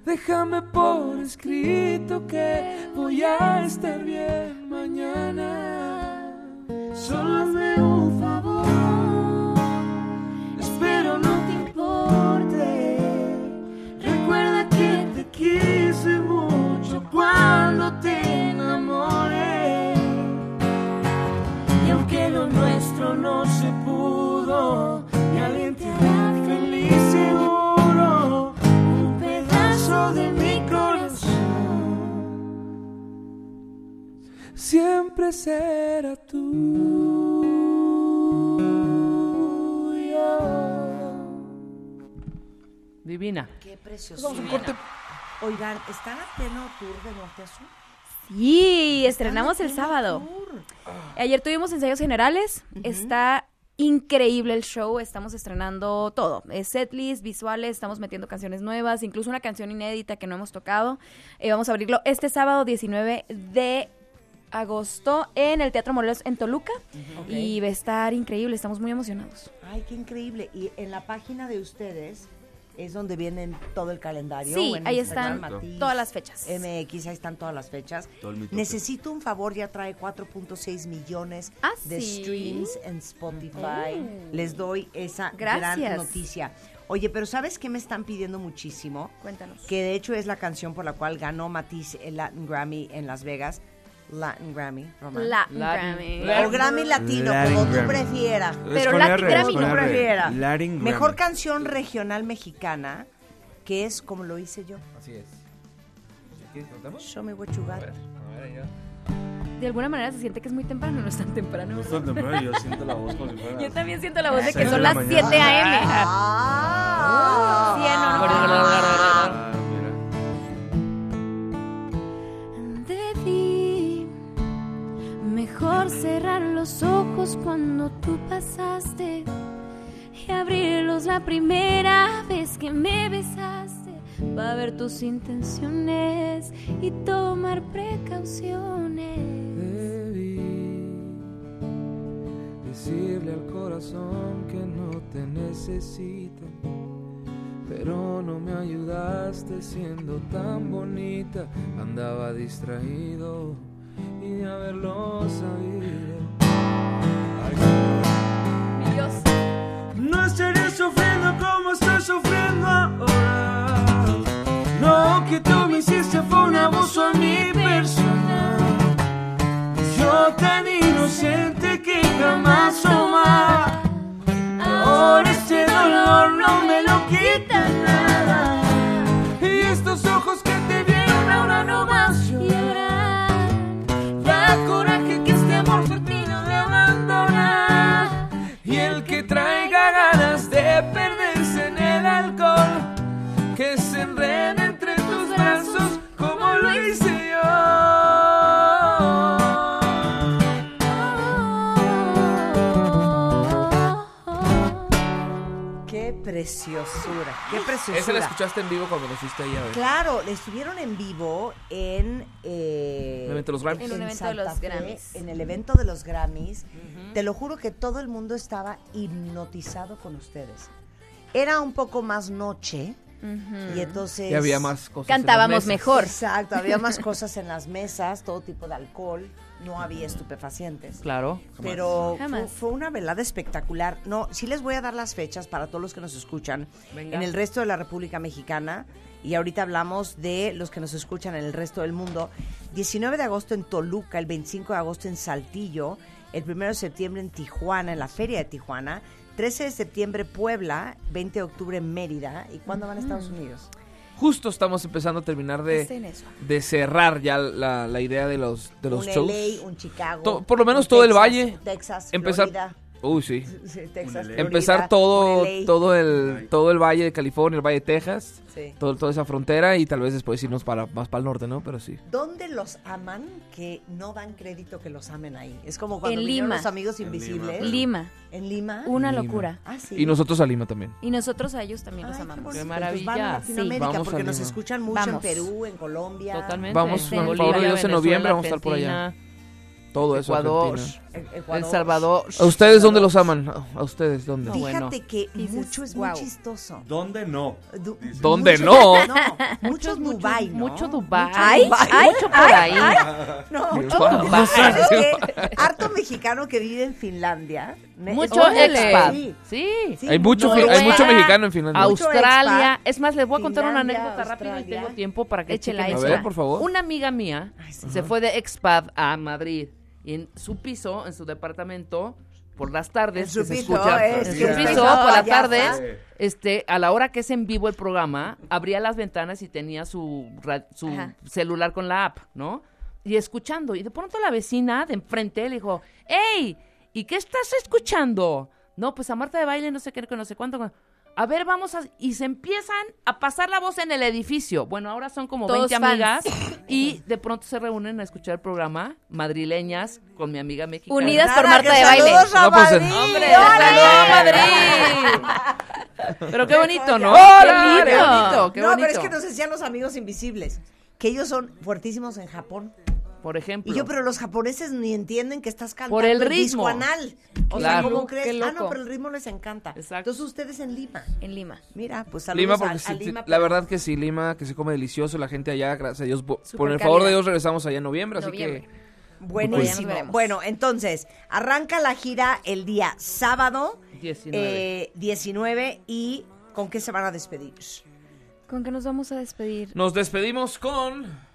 Speaker 2: Déjame por escrito que voy a estar bien mañana. Solo hazme un favor. Espero no te importe. Recuerda que te quise mucho cuando te enamoré. Y aunque lo nuestro no se pudo, me alguien te hará feliz seguro. Un pedazo de mi corazón siempre será tuyo.
Speaker 6: Divina.
Speaker 3: Qué
Speaker 2: Pues
Speaker 3: precioso. Oigan, ¿están haciendo tour de norte a sur?
Speaker 4: Sí, estrenamos el
Speaker 3: Ateno
Speaker 4: sábado.
Speaker 3: Tour.
Speaker 4: Ayer tuvimos ensayos generales. Está increíble el show. Estamos estrenando todo. Eh, Setlist, visuales, estamos metiendo canciones nuevas, incluso una canción inédita que no hemos tocado. Eh, vamos a abrirlo este sábado 19 de agosto en el Teatro Morelos en Toluca. Y va a estar increíble. Estamos muy emocionados.
Speaker 3: Ay, qué increíble. Y en la página de ustedes es donde vienen todo el calendario.
Speaker 4: Sí,
Speaker 3: o en
Speaker 4: ahí
Speaker 3: Instagram,
Speaker 4: están
Speaker 3: Matiz,
Speaker 4: todas las fechas.
Speaker 3: MX, ahí están todas las fechas.
Speaker 4: Todo el mitote.
Speaker 3: Necesito un favor, ya trae 4.6 millones
Speaker 4: Ah,
Speaker 3: de
Speaker 4: sí.
Speaker 3: streams en Spotify.
Speaker 4: Oh.
Speaker 3: Les doy esa gran
Speaker 4: Gracias.
Speaker 3: noticia. Oye, pero ¿sabes qué me están pidiendo muchísimo?
Speaker 4: Cuéntanos.
Speaker 3: Que de hecho es la canción por la cual ganó Matiz el Latin Grammy en Las Vegas. Latin Grammy, Román.
Speaker 4: Latin Latin Grammy.
Speaker 3: O Grammy Latino,
Speaker 12: Latin
Speaker 3: como tú
Speaker 12: Grammy.
Speaker 3: prefieras.
Speaker 12: Es Pero con Latin R, Grammy. es con
Speaker 3: Como tú
Speaker 12: R.
Speaker 3: prefieras.
Speaker 12: Latin Grammy.
Speaker 3: Mejor canción regional mexicana, que es como lo hice yo.
Speaker 2: Así es. ¿Quieres contamos?
Speaker 3: Show me what you got.
Speaker 2: A ver, ya.
Speaker 4: De alguna manera se siente que es muy temprano, no es tan temprano.
Speaker 9: No es tan temprano, yo siento la voz como si fuera-
Speaker 4: Yo también siento la voz de
Speaker 9: Seis
Speaker 4: que
Speaker 9: de
Speaker 4: son
Speaker 9: la
Speaker 4: las
Speaker 9: mañana.
Speaker 4: 7 a.m.
Speaker 9: Ah,
Speaker 8: Debí mejor cerrar los ojos cuando tú pasaste y abrirlos la primera vez que me besaste para ver tus intenciones y tomar precauciones.
Speaker 2: Decirle al corazón que no te necesita, pero no me ayudaste siendo tan bonita. Andaba distraído y de haberlo sabido.
Speaker 4: Mi Dios.
Speaker 5: No estaría sufriendo como estoy sufriendo ahora. Lo que tú me hiciste fue un abuso a mi persona. Yo tan inocente que jamás amaba. Ahora este dolor no me lo quita nada. Y estos ojos que te vieron ahora no más llorar. Da coraje que este amor termina de abandonar. Y el que traiga ganas de perderse en el alcohol, que se enrede entre tus brazos como lo hice yo.
Speaker 3: Qué preciosura, qué preciosura.
Speaker 2: Esa la escuchaste en vivo cuando nos fuiste ahí a ver.
Speaker 3: Claro, estuvieron en vivo en... eh,
Speaker 2: Un evento de los Grammys.
Speaker 4: En un evento de
Speaker 3: Santa
Speaker 4: los
Speaker 3: Fe,
Speaker 4: Grammys.
Speaker 3: En el evento de los Grammys. Te lo juro que todo el mundo estaba hipnotizado con ustedes. Era un poco más noche y entonces...
Speaker 2: Y había más cosas.
Speaker 4: Cantábamos mejor.
Speaker 3: Exacto, había más cosas en las mesas, todo tipo de alcohol, no había estupefacientes.
Speaker 6: Claro.
Speaker 3: Pero
Speaker 4: Jamás.
Speaker 3: fue, fue una velada espectacular. No, sí les voy a dar las fechas para todos los que nos escuchan
Speaker 6: Venga.
Speaker 3: en el resto de la República Mexicana. Y ahorita hablamos de los que nos escuchan en el resto del mundo. 19 de agosto en Toluca, el 25 de agosto en Saltillo, el 1 de septiembre en Tijuana, en la Feria de Tijuana, 13 de septiembre Puebla, 20 de octubre en Mérida. ¿Y cuándo van a Estados Unidos?
Speaker 2: Justo estamos empezando a terminar
Speaker 4: Está
Speaker 3: Este
Speaker 4: en
Speaker 2: de,
Speaker 4: eso.
Speaker 2: de cerrar ya la, la idea de los, de los
Speaker 3: un
Speaker 2: shows.
Speaker 3: LA, un Chicago.
Speaker 2: To- por lo menos
Speaker 3: un
Speaker 2: todo el
Speaker 3: Texas,
Speaker 2: valle.
Speaker 3: un Texas,
Speaker 2: Empezar.
Speaker 3: Florida.
Speaker 2: Uy, sí.
Speaker 3: Sí, Texas, Florida,
Speaker 2: Empezar
Speaker 3: un
Speaker 2: todo,
Speaker 3: LA.
Speaker 2: todo el, todo el valle de California, el valle de Texas,
Speaker 3: Sí.
Speaker 2: todo, toda esa frontera y tal vez después irnos para, más para el norte, ¿no? Pero sí.
Speaker 3: ¿Dónde los aman que no dan crédito que los amen ahí? Es como cuando
Speaker 4: En
Speaker 3: vinieron
Speaker 4: Lima.
Speaker 3: los amigos invisibles.
Speaker 4: Lima.
Speaker 3: ¿En Lima?
Speaker 4: Una
Speaker 2: Lima.
Speaker 4: locura.
Speaker 3: Ah, sí.
Speaker 2: Y nosotros a Lima también.
Speaker 4: Y nosotros a ellos también los
Speaker 3: Ay,
Speaker 4: amamos.
Speaker 3: bonito.
Speaker 6: maravilla.
Speaker 3: Pues van a
Speaker 6: Sí.
Speaker 3: Latinoamérica
Speaker 2: Vamos
Speaker 3: porque
Speaker 2: a
Speaker 3: nos
Speaker 2: Lima.
Speaker 3: escuchan mucho
Speaker 4: Vamos.
Speaker 3: en Perú, en Colombia.
Speaker 6: Totalmente.
Speaker 2: Vamos,
Speaker 4: en
Speaker 6: Bolivia,
Speaker 4: favor de Dios,
Speaker 2: en noviembre
Speaker 6: Venezuela,
Speaker 2: vamos a estar por allá.
Speaker 6: Argentina,
Speaker 2: Todo eso.
Speaker 6: Ecuador,
Speaker 2: Argentina.
Speaker 3: en Ecuador.
Speaker 6: El Salvador.
Speaker 2: ¿A ustedes dónde los aman? A a ustedes, ¿dónde?
Speaker 6: No,
Speaker 3: Fíjate
Speaker 6: bueno.
Speaker 3: que
Speaker 4: Dices,
Speaker 3: mucho es
Speaker 4: "Guau".
Speaker 3: muy chistoso.
Speaker 9: ¿Dónde no?
Speaker 3: Du-
Speaker 9: Dice.
Speaker 2: ¿Dónde
Speaker 3: mucho-
Speaker 2: no?
Speaker 3: no? Mucho Dubái, ¿no?
Speaker 6: Mucho Dubai.
Speaker 4: Ay, ay,
Speaker 6: mucho por ahí.
Speaker 3: No,
Speaker 2: Mucho
Speaker 6: Dubái.
Speaker 3: ¿Sabes qué? Harto mexicano que vive en Finlandia. Me-
Speaker 6: Mucho
Speaker 4: Órale.
Speaker 6: expat.
Speaker 3: Sí.
Speaker 6: Sí.
Speaker 3: Sí,
Speaker 2: Hay mucho,
Speaker 3: Noruega.
Speaker 2: hay mucho mexicano en Finlandia.
Speaker 3: Aus-
Speaker 6: Australia.
Speaker 3: expat.
Speaker 6: Es más, les voy a contar una
Speaker 3: Finlandia,
Speaker 6: anécdota rápida y
Speaker 3: Australia.
Speaker 6: tengo tiempo para que
Speaker 4: Échela,
Speaker 6: chequen
Speaker 2: A
Speaker 6: esto.
Speaker 2: ver, por favor.
Speaker 6: Una amiga mía
Speaker 3: Ay, sí.
Speaker 6: se fue de expat a Madrid y en su piso, en su departamento, por las
Speaker 3: En
Speaker 6: tardes,
Speaker 3: su
Speaker 6: que se
Speaker 3: piso,
Speaker 6: escucha,
Speaker 3: es
Speaker 6: en
Speaker 9: que
Speaker 6: su
Speaker 9: es
Speaker 6: piso,
Speaker 3: piso,
Speaker 6: por las
Speaker 3: ya
Speaker 6: tardes,
Speaker 9: está.
Speaker 6: este, a la hora que es en vivo el programa, abría las ventanas y tenía su, ra- su
Speaker 4: Ajá.
Speaker 6: celular con la app, ¿no? Y escuchando, y de pronto la vecina de enfrente le dijo, ¡Ey! ¿Y qué estás escuchando? No, pues a Marta de Baile, no sé qué, que no sé cuánto. A ver, vamos a... Y se empiezan a pasar la voz en el edificio. Bueno, ahora son como
Speaker 4: Todos
Speaker 6: 20
Speaker 4: fans.
Speaker 6: amigas y de pronto se reúnen a escuchar el programa Madrileñas con mi amiga mexicana.
Speaker 4: Unidas por
Speaker 3: Nada,
Speaker 4: Marta
Speaker 3: que
Speaker 4: de Baile.
Speaker 3: saludos a
Speaker 2: No, pues,
Speaker 3: Madrid.
Speaker 6: ¡Hombre!
Speaker 3: ¡Órale!
Speaker 6: ¡Saludos, Madrid! Pero qué bonito, ¿no?
Speaker 4: ¡Hola!
Speaker 6: ¡Qué bonito! Oh, ¡Qué
Speaker 3: no,
Speaker 6: bonito!
Speaker 3: pero es que nos decían los amigos invisibles que ellos son fuertísimos en Japón.
Speaker 6: por ejemplo.
Speaker 3: Y yo, pero los japoneses ni entienden que estás cantando
Speaker 6: Por el ritmo.
Speaker 3: disco anal. O sea,
Speaker 6: Claro.
Speaker 3: ¿cómo
Speaker 6: Qué
Speaker 3: crees? Ah,
Speaker 6: loco.
Speaker 3: no, pero el ritmo les encanta. Entonces ustedes en Lima.
Speaker 4: En Lima.
Speaker 3: Mira, pues saludos
Speaker 2: Lima,
Speaker 3: a-
Speaker 2: porque
Speaker 3: a,
Speaker 2: sí, sí,
Speaker 3: Lima.
Speaker 2: la verdad que sí, Lima, que se come delicioso, la gente allá, gracias a Dios. bo-
Speaker 3: Súper
Speaker 2: por el favor de
Speaker 3: cálida.
Speaker 2: Dios regresamos allá en noviembre, así
Speaker 3: Noviembre.
Speaker 2: que...
Speaker 3: Buenísimo.
Speaker 4: Bueno, Pues, ya nos veremos.
Speaker 3: bueno, entonces, arranca la gira el día sábado
Speaker 6: 19.
Speaker 3: eh, 19 y ¿con qué se van a despedir? Eh,
Speaker 4: ¿Con qué nos vamos a despedir?
Speaker 2: Nos despedimos con...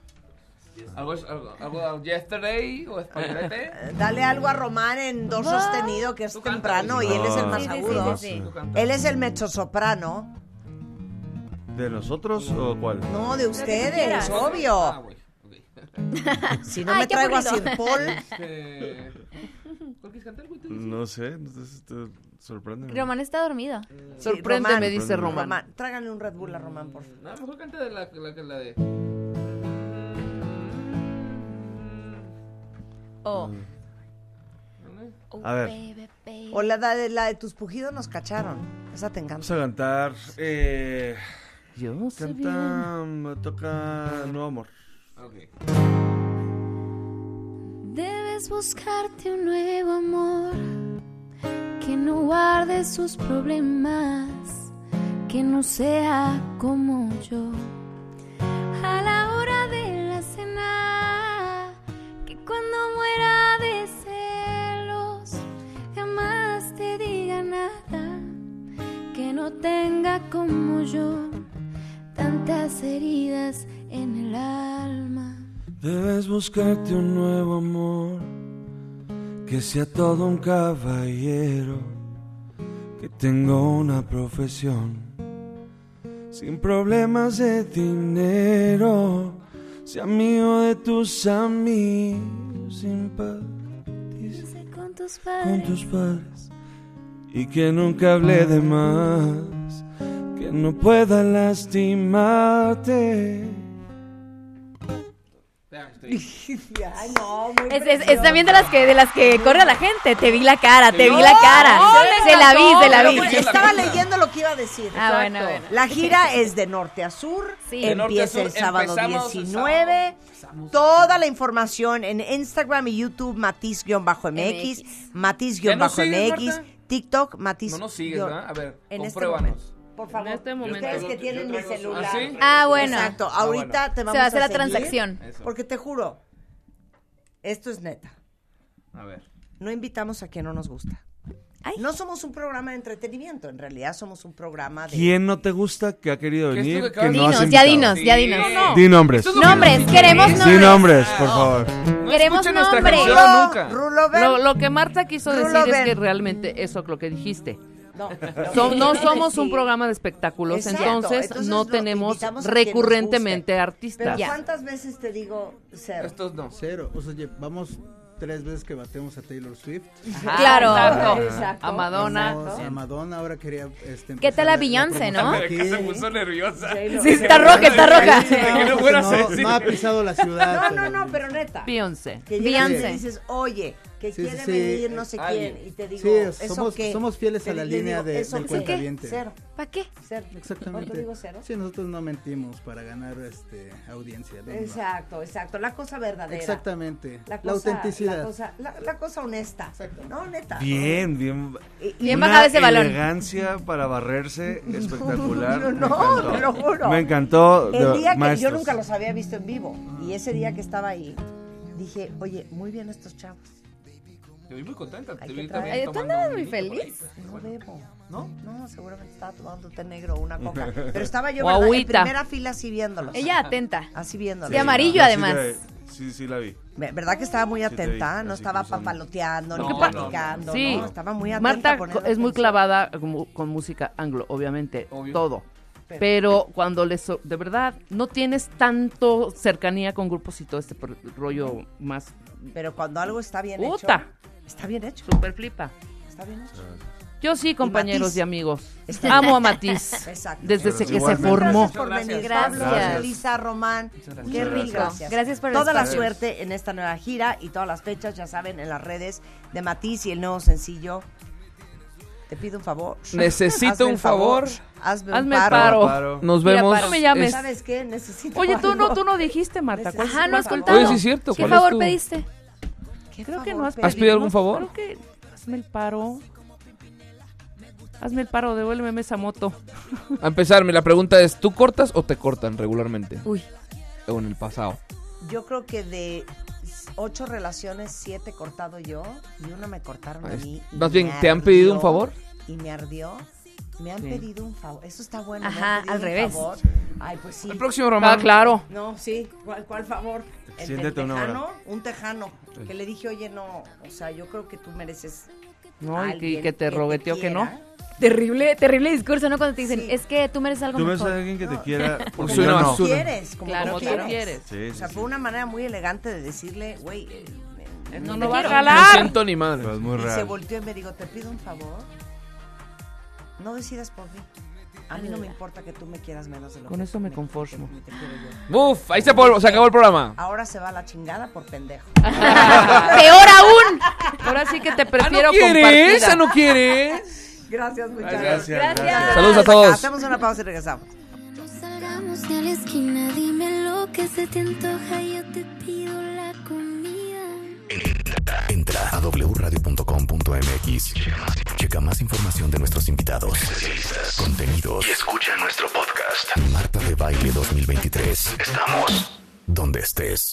Speaker 2: ¿Algo, algo, algo de yesterday o españolete?
Speaker 3: Dale algo a Román en do sostenido, que es temprano, y él es el más
Speaker 4: Sí, sí, sí,
Speaker 3: agudo.
Speaker 4: sí, sí.
Speaker 2: Tú canta.
Speaker 3: Él es el mezzosoprano.
Speaker 9: ¿De nosotros o cuál?
Speaker 3: No, de ustedes,
Speaker 4: quieras.
Speaker 3: obvio.
Speaker 2: Ah, güey, ok.
Speaker 3: Si no
Speaker 4: Ay,
Speaker 3: me
Speaker 4: qué
Speaker 3: traigo a
Speaker 4: aburrido.
Speaker 3: Sir Paul,
Speaker 2: Este, ¿Cuál quieres cantar, güey? Tú dices.
Speaker 9: No sé, entonces, te- sorpréndeme.
Speaker 4: Román está dormido.
Speaker 9: Mm.
Speaker 6: Sorpréndeme,
Speaker 3: Román.
Speaker 6: dice Román.
Speaker 3: Román, tráiganle un Red Bull a Román, por favor.
Speaker 2: No, mejor canta de la, la, la de...
Speaker 4: Oh.
Speaker 9: A ver.
Speaker 8: Baby, baby.
Speaker 3: O la de, la de tus pujidos nos cacharon. Esa te
Speaker 9: Vamos
Speaker 3: encanta.
Speaker 9: a cantar. Eh,
Speaker 6: Yo sé bien.
Speaker 9: canta. mm, Toca Nuevo Amor.
Speaker 2: Ok.
Speaker 8: Debes buscarte un nuevo amor que no guarde sus problemas, que no sea como yo. A la hora de la cena, que cuando muera de celos, jamás te diga nada, que no tenga como yo tantas heridas en el alma.
Speaker 5: Debes buscarte un nuevo amor que sea todo un caballero, que tenga una profesión sin problemas de dinero, sea amigo de tus amigos, simpatizar
Speaker 8: Sé con tus
Speaker 5: con
Speaker 8: padres.
Speaker 5: tus padres y que nunca hable de más, que no pueda lastimarte.
Speaker 3: Ay, no, muy
Speaker 4: Es, es- es también de las que de las que corre a la gente. Te vi la cara, te vi la
Speaker 2: No,
Speaker 4: cara.
Speaker 6: no,
Speaker 4: se la vi,
Speaker 6: no,
Speaker 4: se la
Speaker 6: no,
Speaker 4: vi.
Speaker 2: no, no,
Speaker 3: Estaba leyendo lo que iba a decir.
Speaker 4: Ah,
Speaker 6: Exacto.
Speaker 4: bueno, bueno.
Speaker 3: La gira es de norte a sur.
Speaker 4: Sí. De
Speaker 2: norte a
Speaker 3: Empieza
Speaker 2: sur,
Speaker 3: el sábado
Speaker 2: empezamos el
Speaker 3: 19.
Speaker 2: sábado. Empezamos.
Speaker 3: Toda la información en Instagram y YouTube, matiz-mx,
Speaker 2: ¿Ya nos sigues,
Speaker 3: matiz-mx,
Speaker 2: Marta?
Speaker 3: TikTok, matiz.
Speaker 2: No nos sigues,
Speaker 3: guión-
Speaker 2: ¿verdad? A ver,
Speaker 3: En este
Speaker 2: compruébanos.
Speaker 3: momento. Por favor,
Speaker 6: En este momento.
Speaker 3: ustedes que
Speaker 2: Yo
Speaker 3: tienen mi
Speaker 2: traigo su-
Speaker 3: celular.
Speaker 2: ¿Ah, sí?
Speaker 4: Ah, bueno.
Speaker 3: Exacto, ahorita te vamos
Speaker 4: Se va a hacer la
Speaker 3: seguir,
Speaker 4: transacción.
Speaker 2: Eso.
Speaker 3: Porque te juro, esto es neta.
Speaker 2: A ver.
Speaker 3: No invitamos a quien no nos gusta.
Speaker 4: Ay.
Speaker 3: No somos un programa de entretenimiento, en realidad somos un programa de...
Speaker 5: ¿Quién no te gusta que ha querido
Speaker 2: ¿Qué es
Speaker 5: venir?
Speaker 2: tú que
Speaker 5: Que
Speaker 2: acabas de
Speaker 5: no has
Speaker 4: Dinos, ya
Speaker 5: invitado?
Speaker 4: dinos, ya
Speaker 2: Sí.
Speaker 4: dinos.
Speaker 2: No, no.
Speaker 5: Di nombres.
Speaker 2: Esto es lo que
Speaker 4: Nombres,
Speaker 2: nos
Speaker 4: queremos
Speaker 2: interesa. Oh.
Speaker 5: Di
Speaker 4: nombres.
Speaker 5: nombres, por favor.
Speaker 2: No
Speaker 4: Queremos
Speaker 2: escuchen nuestra
Speaker 4: nombres.
Speaker 2: canción
Speaker 3: Rulo,
Speaker 2: nunca.
Speaker 3: Rulo, ven.
Speaker 6: Lo, lo que Marta quiso
Speaker 3: Rulo,
Speaker 6: decir es
Speaker 3: ven.
Speaker 6: que realmente eso lo que dijiste.
Speaker 3: No, lo
Speaker 6: So-
Speaker 3: que
Speaker 6: no
Speaker 3: quiero
Speaker 6: somos un
Speaker 3: decir-
Speaker 6: programa de espectáculos,
Speaker 3: Exacto,
Speaker 6: entonces, no
Speaker 3: lo
Speaker 6: tenemos
Speaker 3: invitamos a quien nos
Speaker 6: recurrentemente
Speaker 3: guste.
Speaker 6: artistas.
Speaker 3: Pero ¿cuántas veces te digo cero?
Speaker 2: Estos no.
Speaker 12: Cero. O sea, llevamos tres veces que batemos a Taylor Swift.
Speaker 6: Ajá,
Speaker 4: Claro.
Speaker 6: exacto.
Speaker 3: Exacto.
Speaker 6: A Madonna.
Speaker 12: Vamos a Madonna ahora quería... Este,
Speaker 4: ¿Qué tal
Speaker 12: empezar
Speaker 4: a Beyoncé, no?
Speaker 12: promoción
Speaker 2: Que
Speaker 12: aquí.
Speaker 2: se puso nerviosa.
Speaker 4: Sí, está roja, está roja.
Speaker 2: que no
Speaker 12: No,
Speaker 2: fueras a
Speaker 12: no,
Speaker 2: decir.
Speaker 12: no ha pisado la ciudad.
Speaker 3: No, no, no, pero neta.
Speaker 6: Beyoncé.
Speaker 3: Que llegas y
Speaker 4: Beyoncé.
Speaker 3: le dices, oye, que
Speaker 12: Sí, sí,
Speaker 3: quiere
Speaker 12: sí.
Speaker 3: venir no sé
Speaker 2: Alguien.
Speaker 3: quién. Y te digo,
Speaker 12: Sí,
Speaker 3: ¿eso
Speaker 12: somos-
Speaker 3: qué?
Speaker 12: somos fieles a
Speaker 3: Te-
Speaker 12: la
Speaker 3: le
Speaker 12: línea de-
Speaker 3: ¿eso
Speaker 12: del
Speaker 3: qué?
Speaker 12: cuentaviente.
Speaker 3: Cero,
Speaker 4: ¿Para qué?
Speaker 3: cero.
Speaker 12: Exactamente.
Speaker 3: ¿No te digo cero?
Speaker 12: Sí, nosotros no mentimos para ganar este, audiencia. no, no.
Speaker 3: Exacto, exacto. La cosa verdadera.
Speaker 12: Exactamente.
Speaker 3: La,
Speaker 12: La,
Speaker 3: cosa,
Speaker 12: autenticidad.
Speaker 3: La cosa, la, la cosa honesta. No, neta.
Speaker 5: Bien, bien.
Speaker 3: Y- y-
Speaker 4: Bien
Speaker 5: Una
Speaker 4: bajado ese balón.
Speaker 5: elegancia para barrerse espectacular.
Speaker 3: No, no,
Speaker 5: Me encantó.
Speaker 3: te lo juro.
Speaker 5: Me encantó. de-
Speaker 3: El día que
Speaker 5: maestros.
Speaker 3: yo nunca los había visto en vivo. Y ese día que estaba ahí, dije, oye, muy bien estos chavos.
Speaker 2: Te vi muy contenta. Te
Speaker 3: Hay
Speaker 2: vi
Speaker 3: que
Speaker 2: también
Speaker 4: traer- Ay, tú
Speaker 2: tomando
Speaker 4: andabas
Speaker 2: un
Speaker 4: muy
Speaker 2: vinito por
Speaker 4: feliz.
Speaker 2: ahí.
Speaker 3: No bebo. ¿No? No, seguramente estaba tomando té negro o una coca. Pero estaba yo
Speaker 6: O
Speaker 3: ¿verdad? en
Speaker 6: agüita.
Speaker 3: primera fila así viéndolos.
Speaker 4: Ella atenta.
Speaker 3: Así viéndolos.
Speaker 4: De amarillo,
Speaker 9: Yo sí
Speaker 4: además.
Speaker 9: la- Sí, sí, la vi.
Speaker 3: Ve- ¿Verdad que estaba muy
Speaker 9: Sí te vi,
Speaker 3: atenta? no
Speaker 9: así
Speaker 3: estaba
Speaker 9: cruzando.
Speaker 3: papaloteando,
Speaker 2: No,
Speaker 3: ni
Speaker 2: no,
Speaker 3: platicando.
Speaker 6: Sí.
Speaker 3: no, estaba muy atenta.
Speaker 6: Marta co-
Speaker 3: poniendo
Speaker 6: es muy
Speaker 3: atención.
Speaker 6: clavada con, con música anglo, obviamente,
Speaker 2: Obvio.
Speaker 6: todo.
Speaker 3: Pero-
Speaker 6: Pero, cuando les, de verdad, no tienes tanto cercanía con grupos y todo este por- rollo más
Speaker 3: Pero cuando algo está bien
Speaker 6: puta,
Speaker 3: hecho. Está bien hecho.
Speaker 6: super flipa.
Speaker 3: Está bien hecho.
Speaker 6: Yo sí, compañeros
Speaker 3: Matiz.
Speaker 6: y, amigos.
Speaker 3: Está-
Speaker 6: Amo a Matiz.
Speaker 3: Exacto.
Speaker 6: Desde ese que se
Speaker 5: Igualmente.
Speaker 6: formó.
Speaker 3: Gracias por
Speaker 2: Gracias.
Speaker 3: venir.
Speaker 4: Gracias.
Speaker 3: Pablo, Elisa, Román.
Speaker 2: gracias.
Speaker 3: Qué
Speaker 9: Muchas
Speaker 3: rico.
Speaker 4: gracias. Gracias por el
Speaker 3: Toda la
Speaker 4: espacio.
Speaker 3: suerte en esta nueva gira y todas las fechas, ya saben, en las redes de Matiz y el nuevo sencillo. Te pido un favor.
Speaker 2: Necesito
Speaker 3: Hazme el
Speaker 2: un favor.
Speaker 3: Hazme un
Speaker 6: Hazme el
Speaker 3: paro.
Speaker 6: paro.
Speaker 2: Nos
Speaker 6: Mira,
Speaker 2: vemos.
Speaker 6: paro, me llames.
Speaker 3: ¿Sabes qué? Necesito
Speaker 6: Oye, tú no,
Speaker 3: algo.
Speaker 6: tú no dijiste, Marta. ¿Cuál
Speaker 3: Necesito
Speaker 6: es
Speaker 4: Pues, Ajá,
Speaker 6: tu
Speaker 4: no has
Speaker 6: favor?
Speaker 4: contado.
Speaker 2: Oye, sí es cierto,
Speaker 4: ¿Qué
Speaker 2: ¿cuál es
Speaker 4: favor
Speaker 2: tu-
Speaker 4: pediste?
Speaker 3: ¿Qué
Speaker 6: Creo que
Speaker 3: favor
Speaker 6: no has
Speaker 3: pedí?
Speaker 2: ¿Has pedido algún favor?
Speaker 6: Creo que hazme el paro. Hazme el paro, devuélveme esa moto.
Speaker 2: A empezarme, la pregunta es, ¿tú cortas o te cortan regularmente?
Speaker 4: Uy.
Speaker 2: O en el pasado.
Speaker 3: Yo creo que de ocho relaciones, siete he cortado yo y una me cortaron a
Speaker 2: Ah, es-
Speaker 3: mí. y
Speaker 2: más bien,
Speaker 3: me
Speaker 2: ¿te han pedido un
Speaker 3: ardió,
Speaker 2: favor?
Speaker 3: Y me ardió. Me han
Speaker 2: Sí.
Speaker 3: pedido un favor. Eso está bueno. me
Speaker 4: Ajá,
Speaker 3: han pedido
Speaker 4: al
Speaker 3: un
Speaker 4: revés.
Speaker 3: favor. Ay, pues sí.
Speaker 2: El próximo román.
Speaker 6: Ah, claro.
Speaker 3: No, sí, ¿cuál, cuál favor? El del
Speaker 9: Siéntate una hora.
Speaker 3: tejano, un tejano, que le dije, oye, no, o sea, yo creo que tú mereces.
Speaker 6: No,
Speaker 3: a
Speaker 6: y que- y
Speaker 3: alguien
Speaker 6: que te rogueteó que no.
Speaker 3: quiera".
Speaker 4: Terrible, terrible discurso, ¿no? Cuando te dicen,
Speaker 3: Sí.
Speaker 4: es que tú mereces algo
Speaker 9: Tú ves
Speaker 4: mejor.
Speaker 9: a alguien que te quiera. Porque
Speaker 2: Suena
Speaker 9: Pues yo no.
Speaker 2: basura.
Speaker 3: Como quieres, como
Speaker 6: Claro,
Speaker 3: tú
Speaker 6: como tú
Speaker 3: quieres.
Speaker 6: quieres.
Speaker 9: Sí,
Speaker 3: O
Speaker 9: sí,
Speaker 3: sea,
Speaker 9: sí.
Speaker 3: fue una manera muy elegante de decirle, güey, eh, me-
Speaker 6: No,
Speaker 3: me
Speaker 6: no
Speaker 3: te
Speaker 6: va a
Speaker 3: quiero".
Speaker 2: No
Speaker 6: jalar.
Speaker 2: siento ni madre.
Speaker 9: Pero es muy
Speaker 3: Y se
Speaker 9: real.
Speaker 3: volteó y me dijo, te pido un favor. No decidas por mí. A mí no me importa que tú me quieras menos de lo
Speaker 6: Con
Speaker 3: que
Speaker 6: eso me
Speaker 3: que
Speaker 6: conformo.
Speaker 3: te quiero yo.
Speaker 2: Uf, ahí se, apol- se acabó el programa.
Speaker 3: Ahora se va la chingada por pendejo.
Speaker 4: Peor aún.
Speaker 6: Ahora sí que te
Speaker 2: Ah,
Speaker 6: prefiero
Speaker 2: ¿no quieres?
Speaker 6: compartida.
Speaker 2: ¿Ah, no quieres?
Speaker 3: Gracias, muchachos.
Speaker 9: Gracias, gracias.
Speaker 2: Saludos a todos.
Speaker 3: Hacemos una pausa y regresamos.
Speaker 8: No salgamos de la esquina, dime lo que se te antoja, yo te pido la comida.
Speaker 1: Entra a wradio.com.mx. Checa más información de nuestros invitados, especialistas, contenidos y escucha nuestro podcast. Marta de Baile 2023. Estamos donde estés.